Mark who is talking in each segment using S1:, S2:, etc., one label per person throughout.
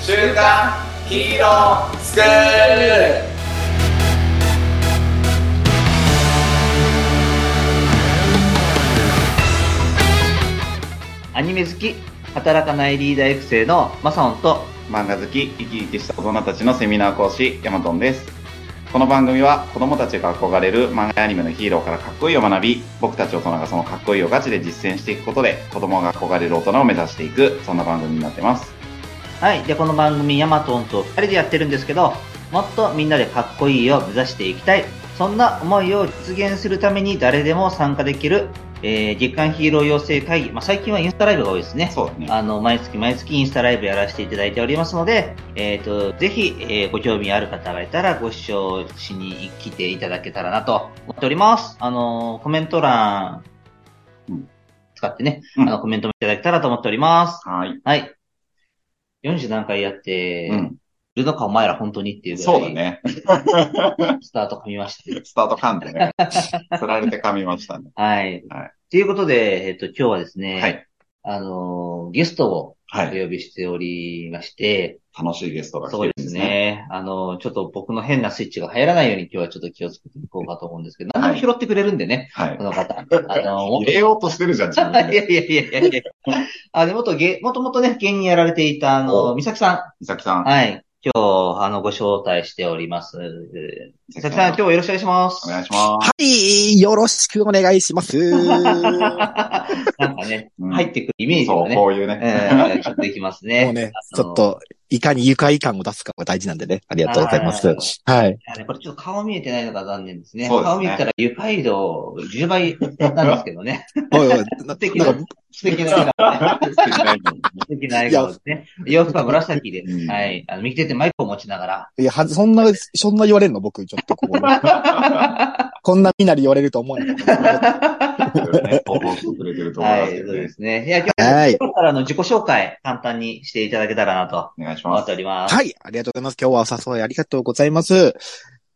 S1: 週刊ヒーロースクール
S2: アニメ好き、働かないリーダー育成のマサオンと、
S1: 漫画好き生き生きした大人たちのセミナー講師ヤマトンですこの番組は子供たちが憧れる漫画やアニメのヒーローからかっこいいを学び僕たち大人がそのかっこいいをガチで実践していくことで子供が憧れる大人を目指していくそんな番組になってます
S2: はい、で、この番組ヤマトンと2人でやってるんですけど、もっとみんなでかっこいいを目指していきたい。そんな思いを実現するために誰でも参加できる、えー月間ヒーロー養成会議。まあ、最近はインスタライブが多いですね。
S1: そうだね
S2: あの、毎月毎月インスタライブやらせていただいておりますので、えっ、と、ぜひ、えーご興味ある方がいたらご視聴しに来ていただけたらなと思っております。あの、コメント欄
S1: うん、
S2: 使ってね、
S1: うん
S2: あの、コメントもいただけたらと思っております。
S1: はい、
S2: はい。40何回やって、
S1: うん
S2: いるのかお前ら本当にっていうぐらい、
S1: そうだね
S2: スタート噛みましたけど。
S1: スタート噛んで ねつられて噛みましたね
S2: はい。
S1: はい
S2: ということで、えっと、今日はですね、
S1: はい
S2: あのーゲストを
S1: は
S2: お
S1: い
S2: 呼びしておりまして、
S1: 楽しいゲストが来て
S2: そう
S1: るんで
S2: で
S1: すすね
S2: ね。あの、ちょっと僕の変なスイッチが入らないように今日はちょっと気をつけていこうかと思うんですけど、何でも拾ってくれるんでね、
S1: はい
S2: この 方。あの、もっ
S1: 入れようとしてるじゃん自
S2: と、
S1: 分
S2: い
S1: で
S2: やいやいやいやいや。 あの、元芸、もともとね、芸人やられていた、あの、
S1: お
S2: 美咲さん。
S1: 美咲さん
S2: はい。今日、あの、ご招待しております。
S1: 美
S2: 美咲さん、今日はよろしくお願いします。
S1: お願いします
S3: はい、よろしくお願いします。 も
S2: なんかね、
S1: うん
S2: 入ってくるイメージ
S1: そ
S2: が
S1: う、
S2: ね
S1: こ、ういうね。
S2: えーちょっとできますね。
S3: うね、
S2: あ
S3: ち
S2: の
S3: ょっ。と、いかに愉快感を出すかが大事なんでね。ありがとうございます。は
S2: い。
S3: い
S2: やねこれちょっと顔見えてないのが残念ですね。
S1: そうですね
S2: 顔見えたら愉快度10倍なんですけど ね。
S3: おいおい、 な
S2: 素敵
S3: な
S2: なん
S3: か、、
S2: 素敵な笑顔
S1: 素敵な意味
S2: 素敵な笑顔ですね。洋服は紫で
S1: う、ん
S2: はい。あの、右手ってマイクを持ちながら。
S3: いや、はそんな、そんな言われるの僕、ちょっとこ こ、こんなみなり言われると思わなかった。
S1: ね報告してくれてると思い
S2: は
S1: ま
S2: い、
S1: すけ
S2: そ
S1: ど
S2: うで
S1: ね。
S2: すね。いや、今
S3: はい。
S2: 日からの自己紹介、簡単にしていただけたらなと
S1: お願いし
S2: 思
S1: ま
S2: ってお
S1: す。
S2: ります。
S3: はい、ありがとうございます。今日はお誘いありがとうございます。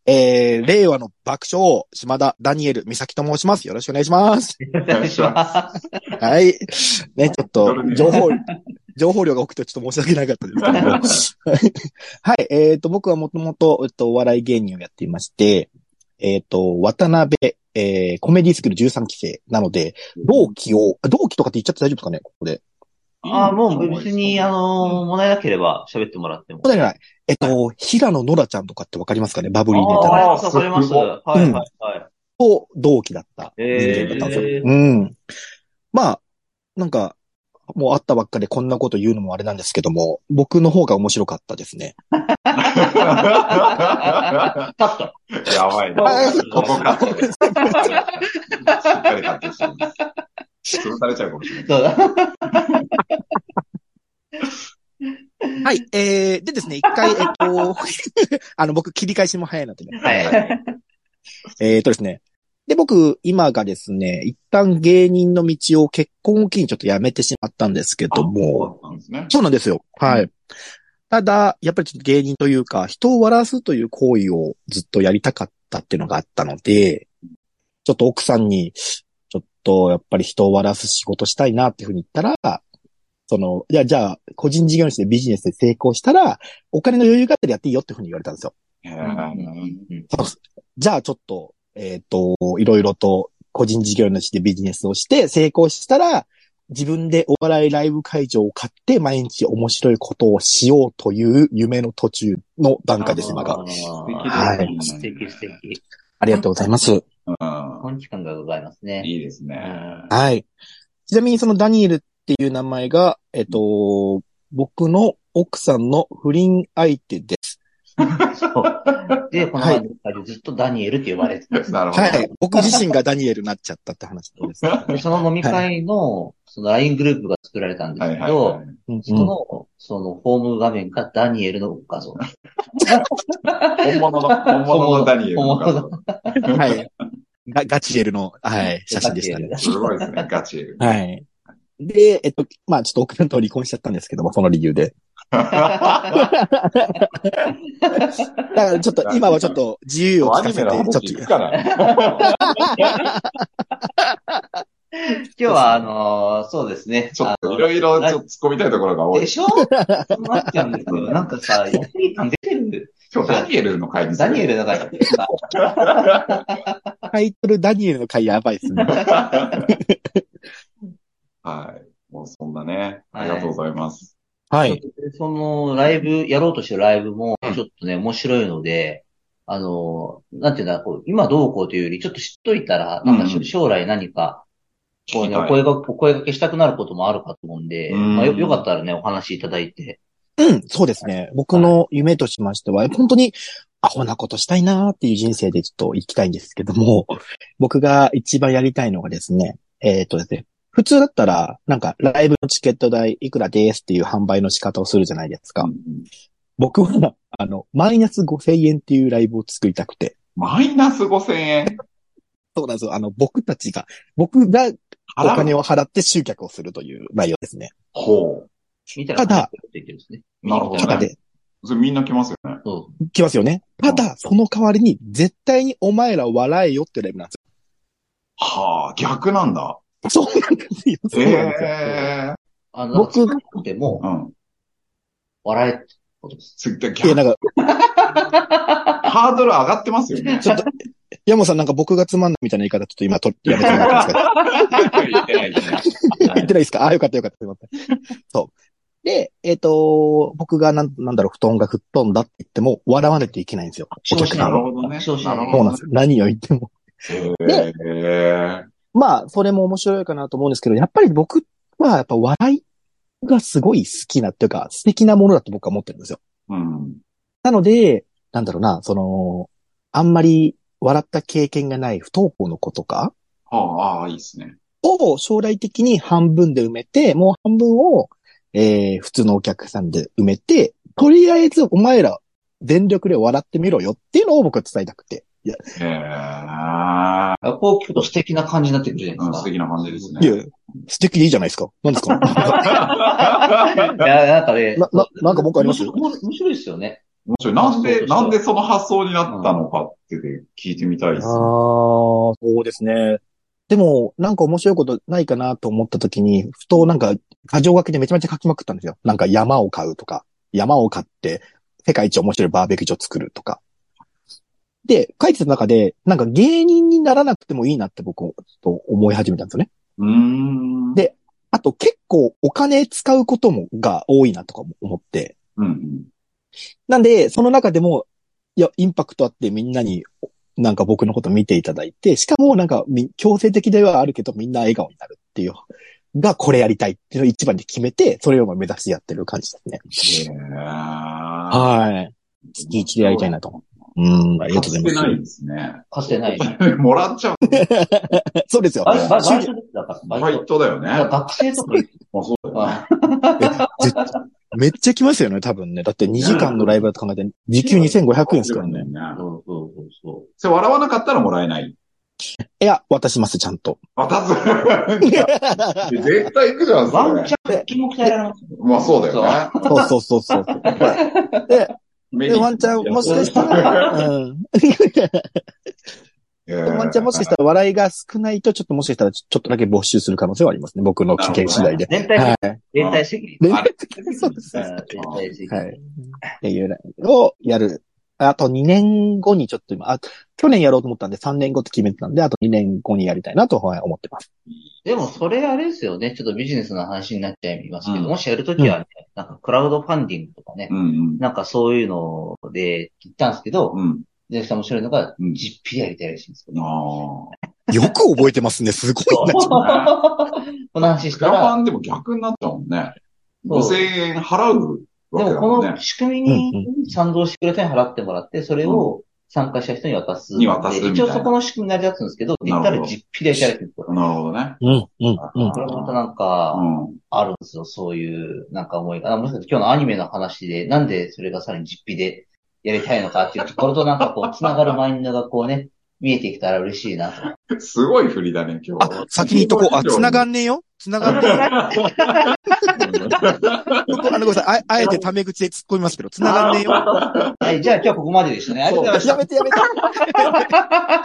S3: えー、令和の爆笑王、島田ダニエル美咲と申します。よろしくお願いします。
S2: お願いします。
S3: はい。ね、ちょっと、情 報、情報量が多くてちょっと申し訳なかったですけども。はい、えっ、と、僕はもともと、えっと、お笑い芸人をやっていまして、えっ、と、渡辺、えー、コメディスクール13期生なので、同期を、あ同期とかって言っちゃって大丈夫ですかねここで。
S2: ああ、もう別に、あのー、問題なければ喋ってもらっても。
S3: 答えない。えっ、と、平野ノラちゃんとかってわかりますかねバブリーネタの。
S2: ああ、わかります。
S1: すごい
S2: はい、はい、はい。
S3: と、同期だった人
S2: え
S3: 間だったんですよ。うん。まあ、なんか、もう会ったばっかでこんなこと言うのもあれなんですけども、僕の方が面白かったですね。
S1: や
S2: カット。
S1: ば いねこ
S2: あ。
S1: こか。 しっかりカットしてます。潰されちゃうかもしれない。
S2: そうだ。
S3: はい、えー、でですね、一回、えっと、 あの、僕切り返しも早いなってね。
S2: はい。
S3: えー、とですね。で、僕、今がですね、一旦芸人の道を結婚を機にちょっとやめてしまったんですけども、
S1: そうなんですね。
S3: そうなんですよ。はい。ただ、やっぱりちょっと芸人というか、人を笑わすという行為をずっとやりたかったっていうのがあったので、ちょっと奥さんに、ちょっとやっぱり人を笑わす仕事したいなっていうふうに言ったら、その、いや、じゃあ、個人事業主でビジネスで成功したら、お金の余裕があったらやっていいよっていうふうに言われたんですよ。
S1: へ
S2: う
S1: ー
S2: んうん
S3: じゃあちょっと、えっ、と、いろいろと個人事業主でビジネスをして成功したら、自分でお笑いライブ会場を買って毎日面白いことをしようという夢の途中の段階です、今
S2: あ
S3: が。
S2: ー
S3: はい
S2: 素敵、素敵。
S3: ありがとうございます。
S1: うん
S2: 本気感がございますね。
S1: いいですね。
S3: はい。ちなみにそのダニエルっていう名前が、えっ、と、僕の奥さんの不倫相手です。
S2: そう。で、この
S3: は
S2: 前
S3: い
S2: の中でずっとダニエルって呼ばれてた。
S1: なるほど。
S3: はい。僕自身がダニエルになっちゃったって話です。
S2: でその飲み会の、その LINE グループが作られたんで
S1: は
S2: す
S1: い
S2: け
S1: はい
S2: ど
S1: は、い。
S3: うん
S2: その、そのホーム画面がダニエルの画像。
S1: 本物の、本物のダニエルの画像。
S3: うんはい。ガガチエルの、はい、写真でしたね。
S1: すごいですね、ガチエル。
S3: はい。で、えっと、まあちょっと奥さんと離婚しちゃったんですけども、その理 由で。だからちょっと、今はちょっと自由を
S1: ア
S3: 聞か
S1: ニ
S3: せて、
S1: メの話
S3: ちょっ
S1: 聞く
S3: と、
S1: かな
S2: 今日は、あのーそうですね。
S1: ちょっとい
S2: あ
S1: ろいろちょっと突っ込みたいところが
S2: の
S1: 多い
S2: で。しょそうなっちゃうんですよ。なんかさ、やってる感出てる。
S1: 今日ダニエルの回に
S2: ダニエルだから。
S3: タイトルダニエルの回やばいですね。
S1: はい。もうそんなね、
S2: はい
S1: ありがとうございます。
S3: は
S2: ちょっ。とその、ライブ、やろうとしてるライブも、
S1: うん
S2: ちょっとね、面白いので、あの、なんていうんだ、こう、今どうこうというより、ちょっと知っといたら、なんかし
S1: うん
S2: 将来何か、こうね、
S1: はい
S2: お声が、お声掛けしたくなることもあるかと思うんで、
S1: うん
S2: まあよ、よかったらね、お話しいただいて。
S3: うん、 そうですね。僕の夢としましては、本当にアホなことしたいなーっていう人生でちょっと行きたいんですけども、僕が一番やりたいのがですね、えっ、とですね、普通だったら、なんかライブのチケット代いくらですっていう販売の仕方をするじゃないですか。
S1: うん
S3: 僕は、あの、マイナス5000円っていうライブを作りたくて。
S1: マイナス5000円
S3: そうなんですよ。あの、僕たちが、僕がお
S1: 払う
S3: 金を払って集客をするという内容ですね。
S1: ほ
S2: みたいな
S3: ただ
S2: って言ってるんですね。
S1: う。なるほ
S3: た
S1: ど
S3: だ
S1: ね。
S3: で、
S1: それみんな来ますよね。
S2: そう。
S3: 来ますよね。ただ、その代わりに、絶対にお前ら笑えよっていうライブなんですよ
S1: はあ、逆なんだ。
S3: そうなんですよ。そう
S1: え
S3: なんですよ。
S1: え
S2: あの、
S3: 僕
S2: なんか少なくても
S1: ー。、うん。
S2: 笑えってことです。
S1: つ逆
S3: いや、なんか、
S1: ハードル上がってますよね。
S3: ちょっ と、山本さんなんか僕がつまんないみたいな言い方ちょっと今と、やめてもらっていい です
S1: 言ってない
S3: か
S1: ですね
S3: 言ってないですかああ、よかったよかった。すいませんそう。で、えっ、と、僕がなん、なんだろう、布団が吹っ飛んだって言っても、笑わないといけないんですよ。お客さ
S1: なんる
S3: は。
S1: ほどね。
S2: そうそう
S1: なる
S3: そ
S1: ほ
S3: うなん
S1: ど
S3: ですよ。何を言っても。
S1: ね。え
S3: まあ、それも面白いかなと思うんですけど、やっぱり僕は、やっぱ笑いがすごい好きなっていうか、素敵なものだと僕は思ってるんですよ。
S1: ー。うん。
S3: なので、なんだろうな、その、あんまり笑った経験がない不登校の子とか、
S1: はあ、ああ、いいですね。
S3: を将来的に半分で埋めて、もう半分を、えー普通のお客さんで埋めて、とりあえずお前ら全力で笑ってみろよっていうのを僕は伝えたくて。いや、
S1: ええ。
S2: こう聞くと素敵な感じになってくるじゃないです
S1: うん
S2: か。
S1: 素敵な感じです
S3: い
S1: ね。
S3: や素敵でいいじゃないですか。何ですかな、
S2: いや、なんかね、
S3: な、なんか文句あります
S2: 面白い面白いですよね。
S1: 面白い。なんで、なんでその発想になったのかって聞いてみたいですね。
S3: そうですね。でも、なんか面白いことないかなと思った時に、ふとなんか、過剰書きでめちゃめちゃ書きまくったんですよ。なんか山を買うとか、山を買って、世界一面白いバーベキュー場作るとか。で、書いてた中で、なんか芸人にならなくてもいいなって僕、ちょっと思い始めたんですよね。
S1: うーん。
S3: であと結構お金使うことも、が多いなとかも思って。
S1: うんうん。
S3: なんで、その中でも、いや、インパクトあってみんなに、なんか僕のこと見ていただいて、しかもなんかみ強制的ではあるけどみんな笑顔になるっていう、がこれやりたいっていうのを一番で決めて、それを目指してやってる感じですね。
S1: へえ。は
S3: はい。月一でやりたいなと。うん、ありがとうございます。
S1: ないですね。
S2: かつてない。 バイ
S1: もらっちゃう。
S3: そうですよ。
S2: バイバイト
S3: 週
S2: ですだから、
S1: ファ
S2: バイ
S1: イ
S2: ト。
S1: トだよね。
S2: だから
S1: あ、
S2: 学生とか
S1: そうだよね。
S2: は、
S3: めっちゃ来ますよね、多分ね。だって2時間のライブだと考えて、時給2500円ですからね。
S2: そうそうそうそ
S1: それ笑わなかったらもらえない。
S3: いや、渡します、ちゃんと。
S1: 渡す。絶対行くじゃん、
S2: う。ワ
S1: そ
S2: ン
S1: れ
S2: チ。ャン気も鍛えられます。
S1: まあそうだよね。
S3: そうそうそう そうそう。
S1: メリッ
S3: で、
S1: ト
S3: ワンちゃん、もしかしたら、うん。
S1: ええ
S3: ワンちゃんもしかしたら笑いが少ないと、ちょっともしかしたらちょちょっとだけ没収する可能性はありますね。僕の経験次第で。
S2: 全
S3: は
S2: 体、
S3: い。
S2: 全体責任。
S3: で
S1: あれ
S3: そうです
S2: うん全体責
S3: はい。
S2: 任。
S3: っていうライブをやる。あと2年後にちょっと今、あ、去年やろうと思ったんで3年後って決めてたんで、あと2年後にやりたいなとはい思ってます。
S2: でも、それあれですよね。ちょっとビジネスの話になっちゃいますけ
S1: う
S2: ど、
S1: ん
S2: もしやるときはね、なんかクラウドファンディングとかね
S1: う、ん
S2: なんかそういうので言ったんですけど
S1: うん。、うん。
S2: で、面白いのが
S1: う、ん
S2: 実費でやりたいらしいんですけど。
S1: ああ。
S3: よく覚えてますね。すごい な。
S2: この話し
S1: ク
S2: た
S1: ラフ
S2: ら
S1: ァ、ンでも逆になったもんね。
S2: そう
S1: 5000円払うわけ
S2: で
S1: だも
S2: も、
S1: ん
S2: こ
S1: ね
S2: の。仕組みに賛同してくれた人に払ってもらって、それを参加した人に渡す。
S1: に渡すみたいな
S2: 一応そこの仕組みに成り立つんですけど、
S1: な
S2: 言
S1: るほど
S2: ったら実費でやりたいってこと。
S1: なるほどね。
S3: うん、うん、うん
S2: これまたなんか、
S1: うん。
S2: あるんですよ。そういう、なんか思いが。あもしかして今日のアニメの話で、なんでそれがさらに実費でやりたいのかっていうところとなんかこう、繋がるマインドがこうね、見えてきたら嬉しいなと。
S1: すごい振りだね、今日。
S3: あ、先に言っとこう。あ、繋がんねえよ。繋がってる。 僕あの、ごめんなさい。ああえてタメ口で突っ込みますけど、繋がんねえよ。
S2: はい、じゃあ今日はここまででしたね。ありがとうございました
S3: や。めてや め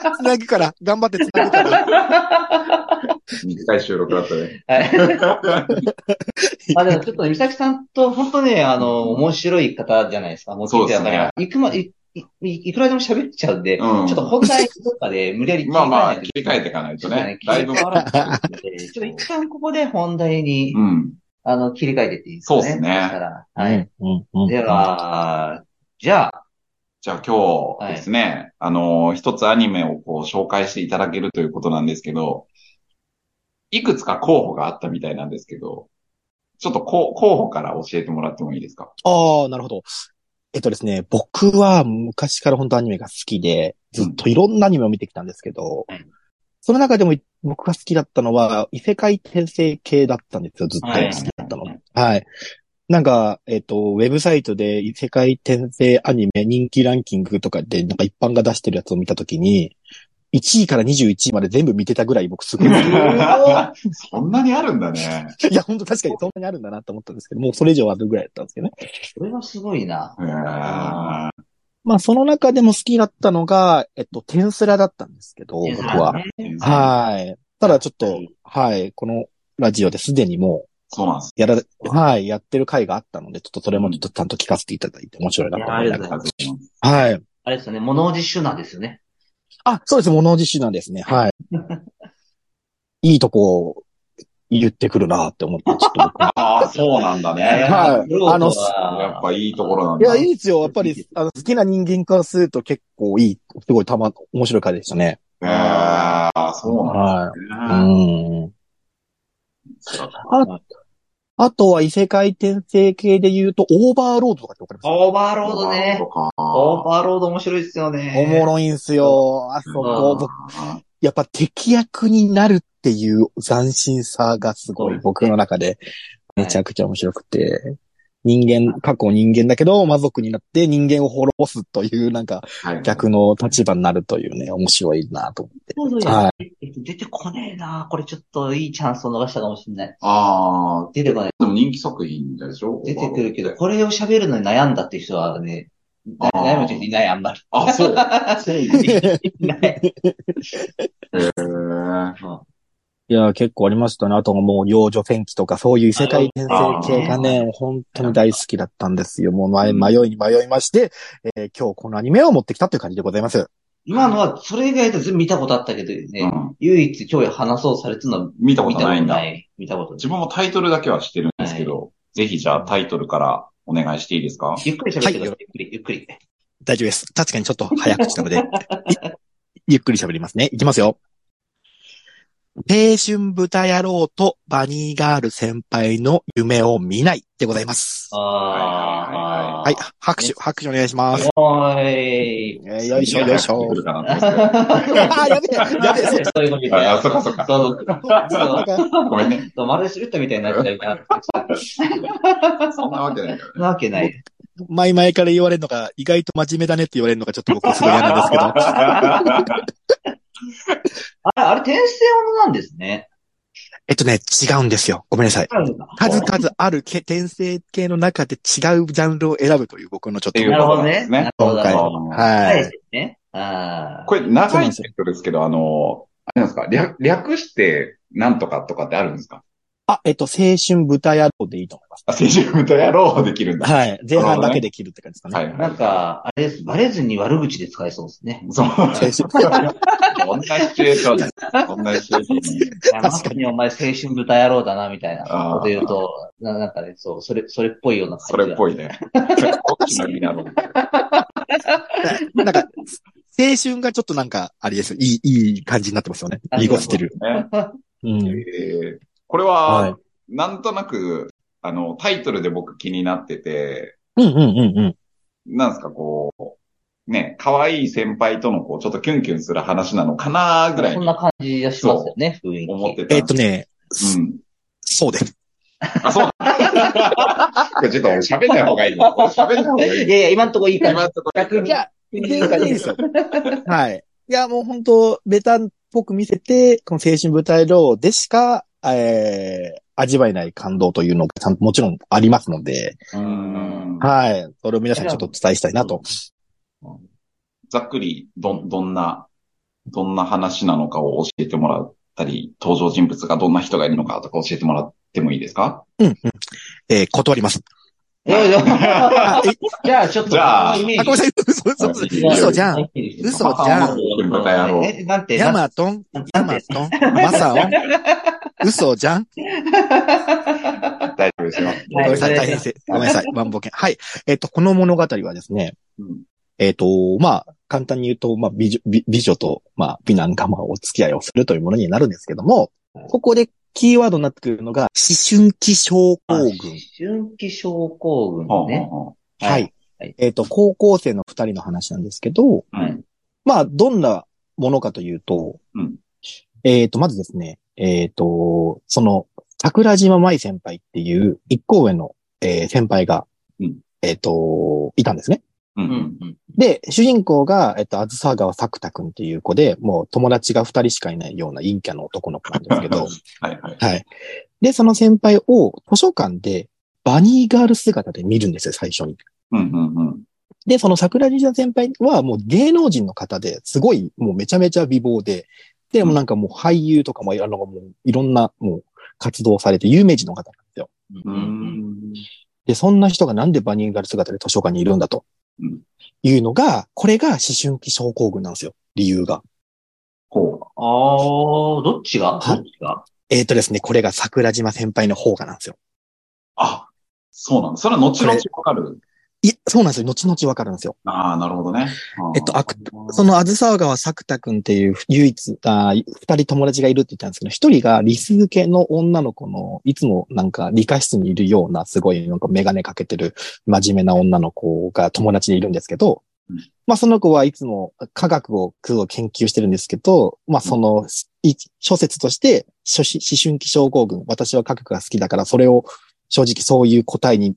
S3: て。つなぎから、頑張ってつなぎから。
S1: 短い収録だったね。
S2: はい。ま あでもちょっとね、美咲さんと本当ね、あの、面白い方じゃないですか。もう聞いてわかります。いくま、い、いいいくらでも喋っちゃうんで、
S1: うん
S2: ちょっと本題とかで無理やり切り
S1: まあまあ、
S2: 替えないと
S1: 切り替えていかないとね。
S2: 切り
S1: だい
S2: 替
S1: ぶ
S2: え。なきゃいけないので ちょっと一旦ここで本題に、
S1: うん。
S2: あの、切り替えてっていいですかね。
S1: そうですね
S2: したらはい。
S3: うん。うん
S2: で、は、じゃあ、
S1: じゃあ今日ですね、あのー、一つアニメをこう紹介していただけるということなんですけど、いくつか候補があったみたいなんですけど、ちょっとこう候補から教えてもらってもいいですか
S3: ああ、なるほど。えっとですね、僕は昔から本当アニメが好きで、ずっといろんなアニメを見てきたんですけど、
S2: うん
S3: その中でも僕が好きだったのは、異世界転生系だったんですよ、ずっと好
S2: はい
S3: きだったの。
S1: は
S3: はいい。なんか、えっと、ウェブサイトで異世界転生アニメ人気ランキングとかで、なんか一般が出してるやつを見たときに、1位から21位まで全部見てたぐらい僕すごい好きで。
S1: そんなにあるんだね。
S3: いや、本当確かにそんなにあるんだなと思ったんですけど、もうそれ以上あるぐらいだったんですけどね。
S2: これはすごいな。
S1: へー
S3: まあ、その中でも好きだったのが、えっと、テンスラだったんですけど、僕は。はい。ただちょっと、はい、このラジオですでにも
S1: そうなんです。
S3: う、やら、はい、やってる回があったので、ちょっとそれもちょっとちゃんと聞かせていただいて面白いなと思いなが
S1: ありがとうございます。
S3: ら。はい。
S2: あれですよね、物おじ手なんですよね。
S3: あ、そうです、物自主なんですね。 はい。いいとこ、言ってくるなって思って、ちょっと僕は
S1: ああ、そうなんだね。
S3: はい
S2: あの、
S1: やっぱいいところなん
S3: い
S1: だ。
S3: や、いいですよ。やっぱり、あの、好きな人間からすると結構いい、すごいたま、面白い回でしたね。
S1: へーああ、そうなん
S3: は
S1: だね。
S3: い。うん。あとは異世界転生系で言うと、オーバーロードとかってわかります
S2: オーバーロードね。オー
S1: オ
S2: バーロード面白いですよね。
S3: おもろいんすよ。あそこ、僕、やっぱ敵役になるっていう斬新さがすご
S2: そうです
S3: い
S2: ね
S3: 僕の中でめちゃくちゃ面白くて、人間、過去人間だけど魔族になって人間を滅ぼすというなんか
S1: はい。
S3: 逆の立場になるというね、面白いなと思って。
S2: そうそうそう
S3: は
S2: えっと出てこねえなこれちょっといいチャンスを逃したかもしれない。
S1: ああ、
S2: 出てこない。
S1: でも人気作品でしょ
S2: 出てくるけど、。これを喋るのに悩んだっていう人はね、
S1: あー
S2: 悩む人いない、あんまり。
S1: あ、そう。へ
S2: いない。
S1: ー
S3: いや、結構ありましたね。あとはもう、幼女戦記とか、そういう異世界転生系がね、本当に大好きだったんですよ。もう迷い、迷いに迷いまして、えー今日このアニメを持ってきたという感じでございます。
S2: 今のは、それ以外と全部見たことあったけどね、
S1: うん
S2: 唯一今日話そうされてるのは
S1: 見たこ
S2: 見
S1: と
S2: たこと
S1: ないんだ
S2: な。い。見たことない。
S1: 自分もタイトルだけは知ってるんですけど、ぜひじゃあタイトルからお願いしていいですか
S2: ゆっくり喋ってくださ。
S3: は
S2: ゆ
S3: い
S2: っくり、ゆっくり。
S3: 大丈夫です。確かにちょっと早口な ので、いゆっくり喋りますね。いきますよ。青春豚野郎とバニーガール先輩の夢を見ないでございます。
S2: あ
S3: はい、拍手、拍手お願いし ます。
S2: おーい。
S3: えーよいしょ、よいしょ
S1: 来。るかなと思って
S3: あー、やべえ、やべえ、そっち
S2: そういうこと
S1: ああそっかそっか
S2: そう
S3: の
S2: そう
S3: 方が
S1: ごめんね。
S2: そう。まるで滑ったみたいになっちゃうから。
S1: そんなわけないからね。
S2: なわけない。
S3: 前々から言われるのが、意外と真面目だねって言われるのがちょっと僕すごい嫌なんですけど。
S2: あれ、あれ、転生ものなんですね。
S3: えっとね、違うんですよ。ごめんなさい。
S2: あるんだ
S3: 数々あるけ転生系の中で違うジャンルを選ぶという僕のちょっと
S1: ってい
S2: な
S1: う
S2: るほどね。
S1: な
S2: な
S1: る
S2: る
S3: ほ
S2: ほ
S3: ど
S2: ど。
S3: なるほは。
S2: はいい。ね。ああ。
S1: これ長いタイトルですけど、あの、あれなんですか略略してなんとかとかってあるんですか
S3: あ、えっと、青春豚野郎でいいと思います。
S1: あ、青春豚野郎できるんだ。
S3: はい。前半だけで切るって感じですか
S1: は
S3: ね。
S1: い。
S2: なんか、あれです。バレずに悪口で使えそう ですね。
S1: そう。
S3: 青春
S1: こんなシチュエーションです。こんなシチュエーションです。
S2: まさにお前青春豚野郎だな、みたいな
S1: あー
S2: こと言うと、ななんかね、そう、それ、それっぽいような
S1: それっ
S2: い。
S1: ぽいね。こっちの意味なの。
S3: なんか、青春がちょっとなんか、あれですよ。いい、いい感じになってますよね。濁してる。
S1: ね
S3: うん。
S1: えーこれ
S3: はい
S1: は、なんとなく、あの、タイトルで僕気になってて、
S3: うんうんうんうん。
S1: なんですか、こう、ね、可愛い先輩との、こう、ちょっとキュンキュンする話なのかなぐらい
S2: そん
S1: に
S2: な感じがしますよね、雰囲気。
S1: 思ってた。
S3: えっとね、
S1: うん。
S3: そうです。
S1: あ、そうだ。これちょっと喋んない方がいいな。喋んない方がいい
S2: い。やいや、今んとこいい感
S1: 今のところ
S2: 逆に
S3: いや、全然いいですよ。はい。いや、もう本当ベタっぽく見せて、この青春舞台ローでしか、えー味わえない感動というのがちゃんもちろんありますので、
S1: うん
S3: はい。それを皆さんにちょっとお伝えしたいなと。
S1: ざっくり、どん、どんな、どんな話なのかを教えてもらったり、登場人物がどんな人がいるのかとか教えてもらってもいいですか
S3: えー断ります。
S2: いやいや
S3: あ、え
S2: じゃあ、ちょっと、
S1: じゃあ
S2: イメー
S3: あ、
S2: ジ
S3: ごめんなさい。嘘、嘘、嘘。嘘じゃん。嘘じゃん。
S1: バカ野郎。
S2: え、なんて、
S3: ヤ
S2: なん
S3: マトン、ヤマトン、マサ オン。嘘じゃん。
S1: 大丈夫ですよ。
S3: ごめんなさい。
S2: はい
S3: 大変せ。ごめんなさい。万ボケン。はい。えっと、この物語はですね、
S1: うん
S3: えっと、まあ、簡単に言うと、まあ、美女、美美女と、まあ、美男が、まあ、お付き合いをするというものになるんですけども、ここでキーワードになってくるのが、思春期症候群。
S2: 春季症候群
S1: ほう
S2: ね。
S1: ほ
S3: は
S2: はい
S3: い。えっと、高校生の二人の話なんですけど、
S1: うほう。うん
S3: まあ、どんなものかというと、
S1: うん
S3: えっ、と、まずですね、えっ、と、その、桜島舞先輩っていう一行上の、えー先輩が、
S1: うん
S3: えっ、と、いたんですね。
S1: う。
S2: うんんうん。
S3: で、主人公が、えっ、と、あずさ川作太くんっていう子で、もう友達が二人しかいないような陰キャの男の子なんです けど、
S1: はいはい。
S3: はい。で、その先輩を図書館でバニーガール姿で見るんですよ、最初に。
S1: うんうんうん。
S3: で、その桜地先輩はもう芸能人の方で、すごいもうめちゃめちゃ美貌で、で、もうなんかもう俳優とかもいろんな、もういろんなもう活動をされて有名人の方なんですよ。
S1: うーん。
S3: で、そんな人がなんでバニーガル姿で図書館にいるんだと
S1: うん。
S3: いうのが、これが思春期症候群なんですよ。理由が。
S1: こ
S2: あー、どっちがど
S3: はい
S2: っちが
S3: えっ、とですね、これが桜島先輩の方がなんですよ。
S1: う。あ、そうなの。それは後々わかる。
S3: いや、そうなんですよ。後々わかるんですよ。
S1: ああ、なるほどね。
S3: えっとあくそ
S1: の、
S3: の、あずさ川作太くんっていう唯一、あー二人友達がいるって言ったんですけど、一人が理数系の女の子の、いつもなんか理科室にいるような、すごいなんかメガネかけてる真面目な女の子が友達でいるんですけど
S1: うん、
S3: まあその子はいつも科学をすごい研究してるんですけど、まあその、い諸説として、初思春期症候群、私は科学が好きだから、それを正直そういう答えに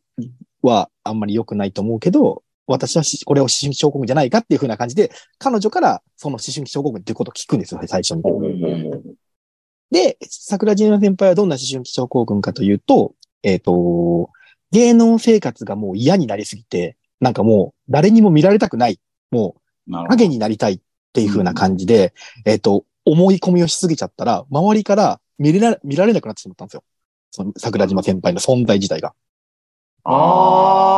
S3: はあんまり良くないと思うけど、私はしこれを思春期症候群じゃないかっていうふうな感じで、彼女からその思春期症候群っていうことを聞くんですよ、最初に。
S1: ほうほうほうほう
S3: で、桜島先輩はどんな思春期症候群かというと、えっ、と、芸能生活がもう嫌になりすぎて、なんかもう誰にも見られたくない、も
S1: な
S3: う
S1: るほど。
S3: 影になりたいっていうふうな感じで、えっ、と、思い込みをしすぎちゃったら、周りから見れな見られなくなってしまったんですよ。その桜島先輩の存在自体が。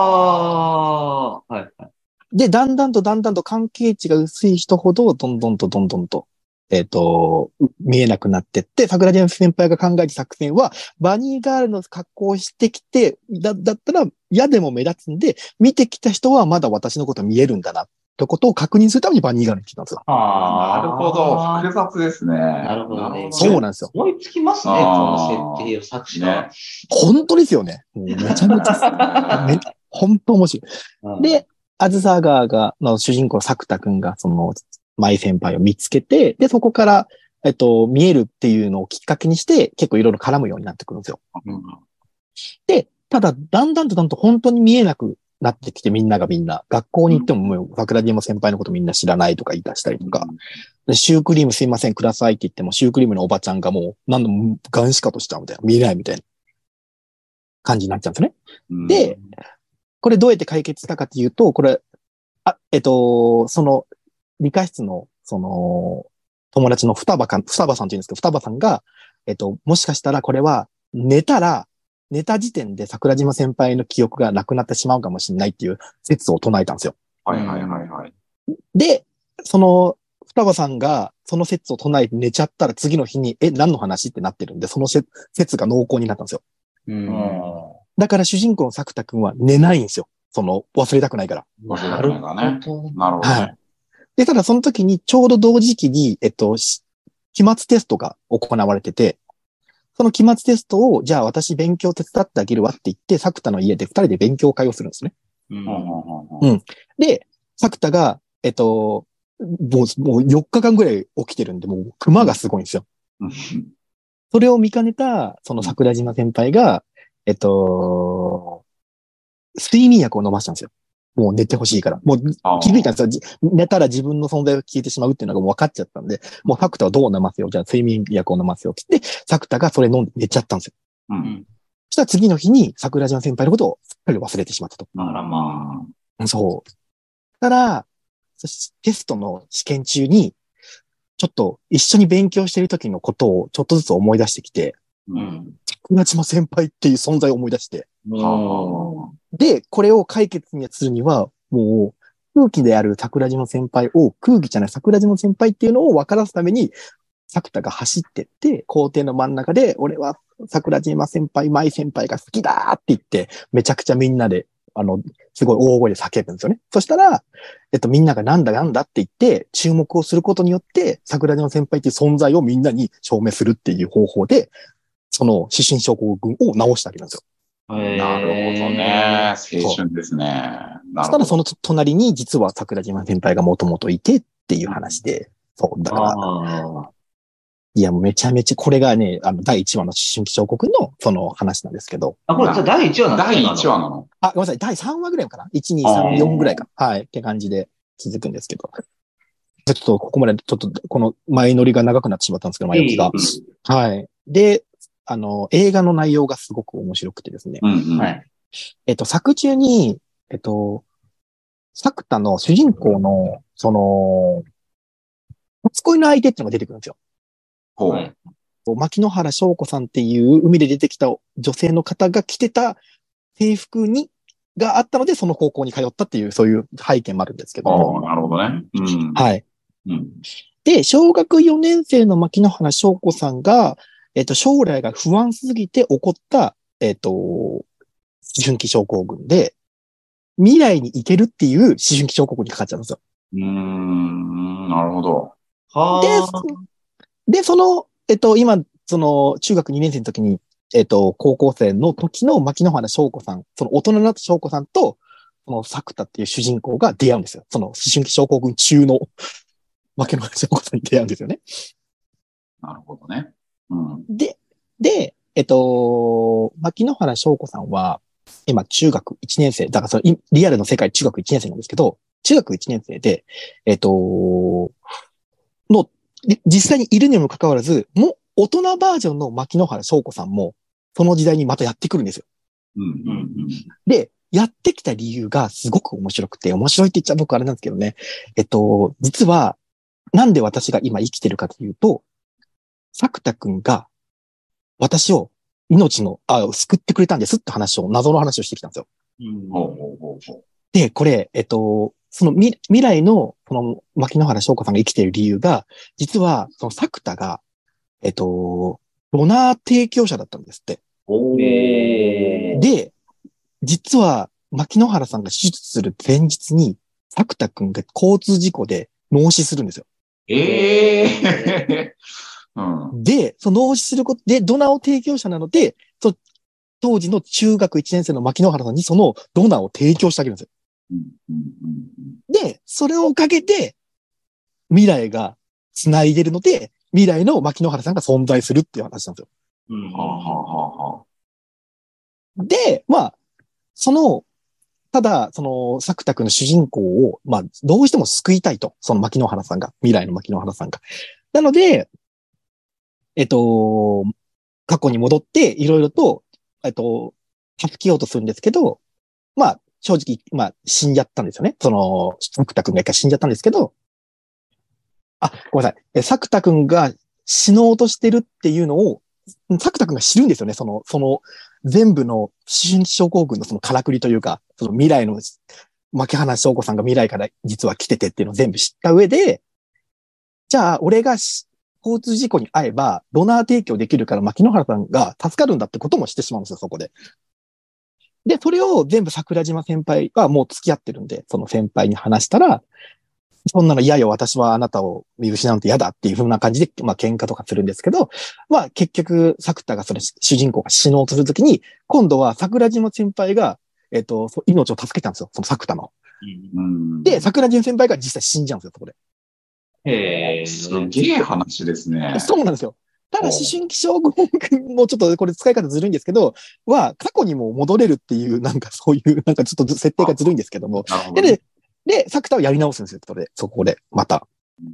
S2: あー、はいはい。
S3: で、だんだんとだんだんと関係値が薄い人ほど、どんどんとどんどんと、えっ、と、う見えなくなってって、桜島先輩が考えた作戦は、バニーガールの格好をしてきて、だ、だったら嫌でも目立つんで、見てきた人はまだ私のこと見えるんだな、ってことを確認するためにバニーガールに来たんですよ。
S1: なるほど。複雑ですね。な
S2: るほどね
S3: そう
S1: ね
S3: なんですよ。
S2: 思いつきますね、この設定を作者は。
S3: 本当ですよね。もうめちゃめちゃ、め
S1: ゃ。
S3: 本当面白い。
S2: うん、
S3: で、あずさ川が、の主人公の作田くんが、その、舞先輩を見つけて、で、そこから、えっと、見えるっていうのをきっかけにして、結構いろいろ絡むようになってくるんですよ。
S1: うん
S3: で、ただ、だんだんとだんだんと本当に見えなくなってきて、みんながみんな、学校に行ってももう、桜島先輩のことみんな知らないとか言い出したりとか、でシュークリームすいません、くださいって言っても、シュークリームのおばちゃんがもう、何度も、ガンシカとしちゃうみたいな、見えないみたいな感じになっちゃうんですね。
S1: うん
S3: で、これどうやって解決したかっていうと、これ、あ、えっと、その、理科室の、その、友達の双葉かん、双葉さんって言うんですけど、双葉さんが、えっと、もしかしたらこれは、寝たら、寝た時点で桜島先輩の記憶がなくなってしまうかもしれないっていう説を唱えたんですよ。
S1: はいはいはいはい。
S3: で、その、双葉さんが、その説を唱えて寝ちゃったら次の日に、え、何の話ってなってるんで、その説説が濃厚になったんですよ。
S2: うん
S3: だから主人公の作田くんは寝ないんですよ。その、忘れたくないから。
S2: なるほどね。
S1: なるほど。
S3: はい。で、ただその時にちょうど同時期に、えっと、し期末テストが行われてて、その期末テストを、じゃあ私勉強手伝ってあげるわって言って、作田の家で二人で勉強会をするんですね。
S2: う
S1: うんうん
S2: ん
S1: うんうん
S3: で、作田が、えっと、もう、もう4日間ぐらい起きてるんで、もう熊がすごいんですよ。それを見かねた、その桜島先輩が、えっと、睡眠薬を飲ましたんですよ。もう寝てほしいから。もう
S1: あー
S3: 気づいたんですよじ。寝たら自分の存在を消えてしまうっていうのがもう分かっちゃったんで、もうサクタをどう飲ませよう。じゃあ睡眠薬を飲ませようって言って、サクタがそれ飲んで寝ちゃったんですよ。
S1: うん。
S3: そしたら次の日に桜島先輩のことをすっかり忘れてしまったと。
S1: あらま
S3: そう。ただ、そしテストの試験中に、ちょっと一緒に勉強してる時のことをちょっとずつ思い出してきて、
S1: あ。
S2: うん。
S3: 桜島先輩っていう存在を思い出して、
S1: は
S3: で、これを解決にするには、もう、空気である桜島先輩を、空気じゃない桜島先輩っていうのを分からすために、作田が走ってって、校庭の真ん中で、俺は桜島先輩、舞先輩が好きだって言って、めちゃくちゃみんなで、あの、すごい大声で叫ぶんですよね。そしたら、えっと、みんながなんだなんだって言って、注目をすることによって、桜島先輩っていう存在をみんなに証明するっていう方法で、その、死神症候群を直してあげるんですよ。
S2: な
S1: あ。なるほどね。青春ですね。なる
S3: そした
S1: ほ
S3: ら
S1: ど。
S3: その隣に実は桜島先輩がもともといてっていう話で、そう、だから、
S2: あ
S3: いや、もうめちゃめちゃ、これがね、あの、第1話の春季小国のその話なんですけど、
S2: あ、これ第1話なんです
S1: 第
S2: ね
S1: 1話なの
S3: あ、ごめんなさい、第3話ぐらいかな ?1、2、
S1: あー
S3: 3、4ぐらいか。はい、って感じで続くんですけど。ちょっとここまで、ちょっとこの前乗りが長くなってしまったんですけど、前乗りが。はい。で、あの、映画の内容がすごく面白くてですね。
S1: うんうん。
S2: は。い。
S3: えっと、作中に、えっと、作田の主人公の、その、初恋の相手っていうのが出てくるんですよ。
S1: ほう。
S2: はい
S3: 牧野原翔子さんっていう海で出てきた女性の方が着てた制服に、があったので、その高校に通ったっていう、そういう背景もあるんですけど
S1: あ
S3: も。
S1: あ、なるほどね。うん。
S3: はい。
S1: うん。
S3: で、小学4年生の牧野原翔子さんが、えっと、将来が不安すぎて起こった、えっと、思春期症候群で、未来に行けるっていう思春期症候群にかかっちゃうんですよ。
S1: うーん、なるほど。
S2: は
S3: で
S2: あ。
S3: で、その、えっと、今、その、中学2年生の時に、えっと、高校生の時の牧野原翔子さん、その大人になった翔子さんと、その作田っていう主人公が出会うんですよ。その思春期症候群中の牧野原翔子さんに出会うんですよね。
S1: なるほどね。うん。
S3: で、で、えっと、牧野原翔子さんは、今中学1年生、だからそのいリアルの世界中学1年生なんですけど、中学1年生で、えっと、の、り実際にいるにもかかわらず、もう大人バージョンの牧野原翔子さんも、その時代にまたやってくるんですよ。
S1: うん、うん、うん。
S3: で、やってきた理由がすごく面白くて、面白いって言っちゃ僕あれなんですけどね。えっと、実は、なんで私が今生きてるかというと、作田くんが、私を命の、あ、救ってくれたんですって話を、謎の話をしてきたんですよ。
S1: ほうほうほうほ
S3: で、これ、えっと、その未未来の、その、牧野原翔子さんが生きている理由が、実は、その作田が、えっと、ドナー提供者だったんですって。
S1: う。お
S2: えー
S3: で、実は、牧野原さんが手術する前日に、作田くんが交通事故で脳死するんですよ。
S1: ええー。うん。
S3: で、その脳死することで、ドナーを提供者なので、そ当時の中学1年生の牧野原さんにそのドナーを提供してあげるんです
S1: うん、うん、
S3: よ。で、それをおかげで、未来が繋いでるので、未来の牧野原さんが存在するっていう話なんですよ。
S2: うん
S1: うん。はあ、はあ、はあ、はあ。
S3: で、まあ、その、ただ、その、作田君の主人公を、まあ、どうしても救いたいと。その牧野原さんが、未来の牧野原さんが。なので、えっと、過去に戻って、いろいろと、えっと、助けようとするんですけど、まあ、正直、まあ、死んじゃったんですよね。その、作田君が一回死んじゃったんですけど、あ、ごめんなさい。え作田君が死のうとしてるっていうのを、作田君が知るんですよね。その、その、全部の思春期症候群のそのからくりというか、その未来の、牧原翔子さんが未来から実は来ててっていうのを全部知った上で、じゃあ、俺がし交通事故に遭えば、ドナー提供できるから牧野原さんが助かるんだってこともしてしまうんですよ、そこで。で、それを全部桜島先輩はもう付き合ってるんで、その先輩に話したら、そんなの嫌よ、私はあなたを見失うなんて嫌だっていう風な感じで、まあ喧嘩とかするんですけど、まあ結局、作田がそれ、主人公が死のうとするときに、今度は桜島先輩が、えっ、と、そう命を助けたんですよ、その作田の。
S1: うん。
S3: で、桜島先輩が実際死んじゃうんですよ、そこで。
S2: へえ。
S1: すげえ話ですね。
S3: そうなんですよ。ただ、思春期症候群もちょっとこれ使い方ずるいんですけど、は、過去にも戻れるっていう、なんかそういう、なんかちょっと設定がずるいんですけども。
S1: なるほど、
S3: で、
S1: ね
S3: で。、で、作田をやり直すんですよ、それで、そこで、また。
S1: うん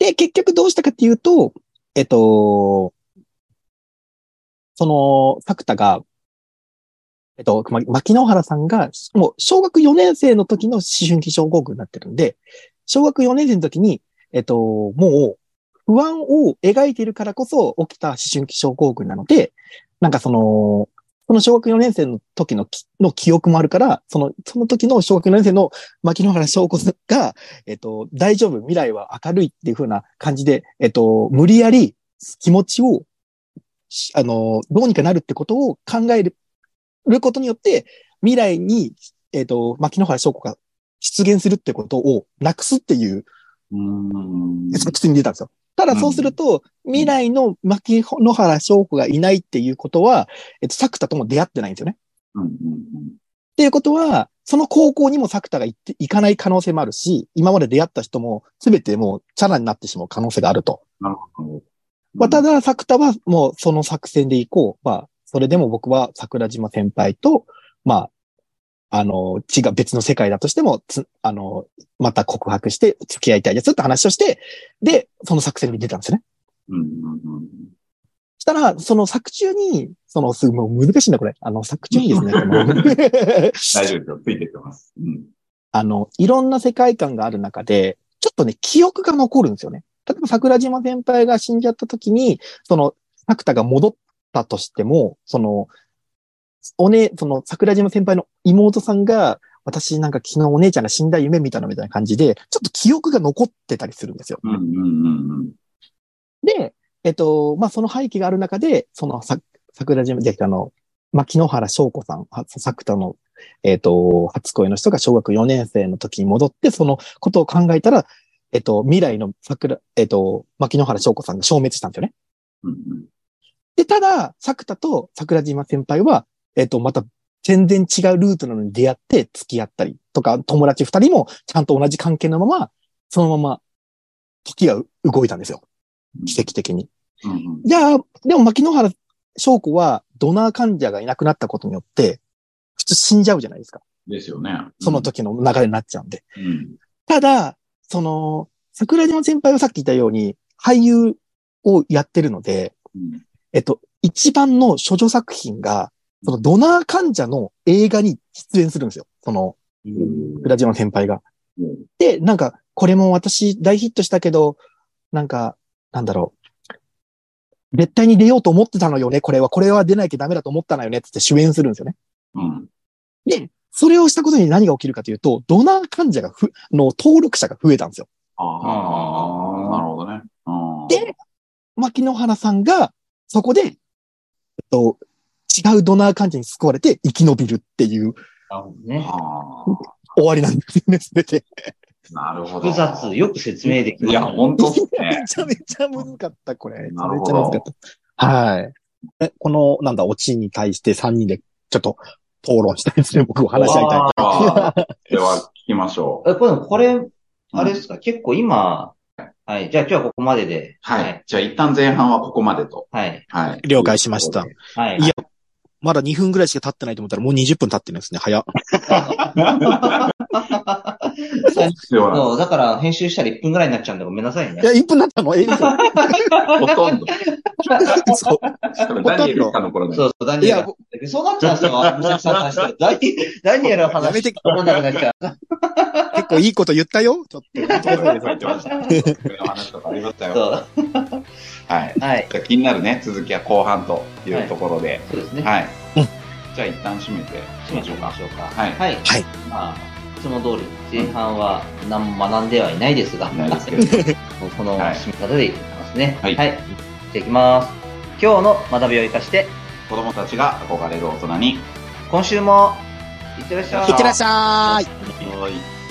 S3: で、結局どうしたかっていうと、えっと、その、作田が、えっと、ま牧野原さんが、もう小学4年生の時の思春期症候群になってるんで、小学4年生の時に、えっと、もう、不安を描いているからこそ起きた思春期症候群なので、なんかその、その小学4年生の時のきの記憶もあるから、その、その時の小学4年生の牧野原翔子さんが、えっと、大丈夫、未来は明るいっていう風な感じで、えっと、無理やり気持ちを、しあの、どうにかなるってことを考えるることによって、未来に、えっと、牧野原翔子が出現するってことをなくすっていう
S1: うん。
S3: 作戦に出たんですよ。ただそうすると、未来の牧野原翔子がいないっていうことは、えっと、作田とも出会ってないんですよね。
S1: うん
S3: っていうことは、その高校にも作田が行って行かない可能性もあるし、今まで出会った人も全てもうチャラになってしまう可能性があると。
S1: なるほど。
S3: まあ、ただ、作田はもうその作戦で行こう。まあ、それでも僕は桜島先輩と、まあ、あの、違う、別の世界だとしても、つ、あの、また告白して付き合いたいですって話をして、で、その作戦に出たんですよね。
S1: うんうんうん
S3: したら、その作中に、その、すもう難しいんだ、これ。あの、作中にですね、その
S1: 大丈夫ですよ。ついてってます。うん。
S3: あの、いろんな世界観がある中で、ちょっとね、記憶が残るんですよね。例えば桜島先輩が死んじゃった時に、その、作田が戻ったとしても、その、おね、その桜島先輩の妹さんが、私なんか昨日お姉ちゃんが死んだ夢見たのみたいな感じで、ちょっと記憶が残ってたりするんですよ。
S1: うんうんうん
S3: で、えっと、まあ、その背景がある中で、その、さ桜島、じゃあ、あの、牧野原翔子さん、は作田の、えっと、初恋の人が小学4年生の時に戻って、そのことを考えたら、えっと、未来の桜、えっと、牧野原翔子さんが消滅したんですよね。
S1: うん。うん
S3: で、ただ、作田と桜島先輩は、えっと、また全然違うルートなのに出会って付き合ったりとか、友達二人もちゃんと同じ関係のまま、そのまま、時が動いたんですよ。
S1: うん。
S3: 奇跡的に。
S1: うんうん。
S3: じゃあ、でも牧野原翔子はドナー患者がいなくなったことによって、普通死んじゃうじゃないですか。
S1: ですよね。
S3: その時の流れになっちゃうんで。
S1: うん。
S3: ただ、その、桜島先輩はさっき言ったように、俳優をやってるので、
S1: うん。
S3: えっと、一番の処女作品が、そのドナー患者の映画に出演するんですよ。その、
S1: うん
S3: 桜島先輩が
S1: うん。
S3: で、なんか、これも私大ヒットしたけど、なんか、なんだろう。絶対に出ようと思ってたのよね、これは。これは出なきゃダメだと思ったのよね、つって主演するんですよね。
S1: うん。
S3: で、それをしたことに何が起きるかというと、ドナー患者がふ、の登録者が増えたんですよ。
S1: ああ、なるほどね。うん
S3: で、牧野原さんが、そこで、えっと、違うドナー患者に救われて生き延びるっていう
S2: なるほどね。
S1: あ
S3: 終わりなんですよね、全て。
S1: あ、なるほど。
S2: 複雑、よく説明でき
S1: い
S2: ます
S1: や、本当です
S3: め
S1: ね。
S3: ちゃめちゃ難かった、これ。めち
S1: な
S3: ゃ
S1: る
S3: め
S1: ほ
S3: ち
S1: ど
S3: ゃ難かった。はい。え、この、なんだ、オチに対して3人で、ちょっと、討論したいですね。僕も話し合いたい。
S2: あ
S1: ああでは、聞きましょう。
S2: えこれ、これ、あれですか、結構今、はい、じゃあ今日はここまでで。
S1: はい。。じゃあ、一旦前半はここまでと。
S2: はい。
S1: はい。
S3: 了解しました。
S2: はい。
S3: いやまだ2分ぐらいしか経ってないと思ったら、もう20分経ってるんですね。早っ。
S1: 必要な
S2: そう、だから編集したら1分ぐらいになっちゃうんでごめんなさいね
S3: い。や、1分なったのえ、 嘘。
S1: ほと んど。
S3: 嘘。
S1: ダニエルさんの頃ね。
S2: そうそう、ダニ
S3: い
S2: エル
S3: や、。
S2: でそうなっちゃうんですよ、あのさんからしたらダニダニエルの
S3: や
S2: 話
S3: めて、
S2: わかんなくなっちゃう。
S3: 結構いいこと言ったよ。ちょっと。
S1: 入ってました。僕の話とかありましたよ。
S2: そ
S1: はい。
S2: う。はい。
S1: じゃあ気になるね、続きは後半というところで。
S2: そうですね。
S1: はい。
S3: うん
S1: じゃあ、一旦締めていきましょうか。
S2: しょうか。
S1: はい。
S2: はい。
S3: はい
S2: まあ、いつも通り、前半は何も学んではいないですが、
S1: ないですけれど も。
S2: この
S1: はい
S2: 締め方でいきますね。
S1: はい
S2: はい。じゃあいきます。今日の学びを生かして、
S1: 子供たちが憧れる大人に。
S2: 今週も、いってらっしゃい。
S3: いってらっしゃーい。
S1: はい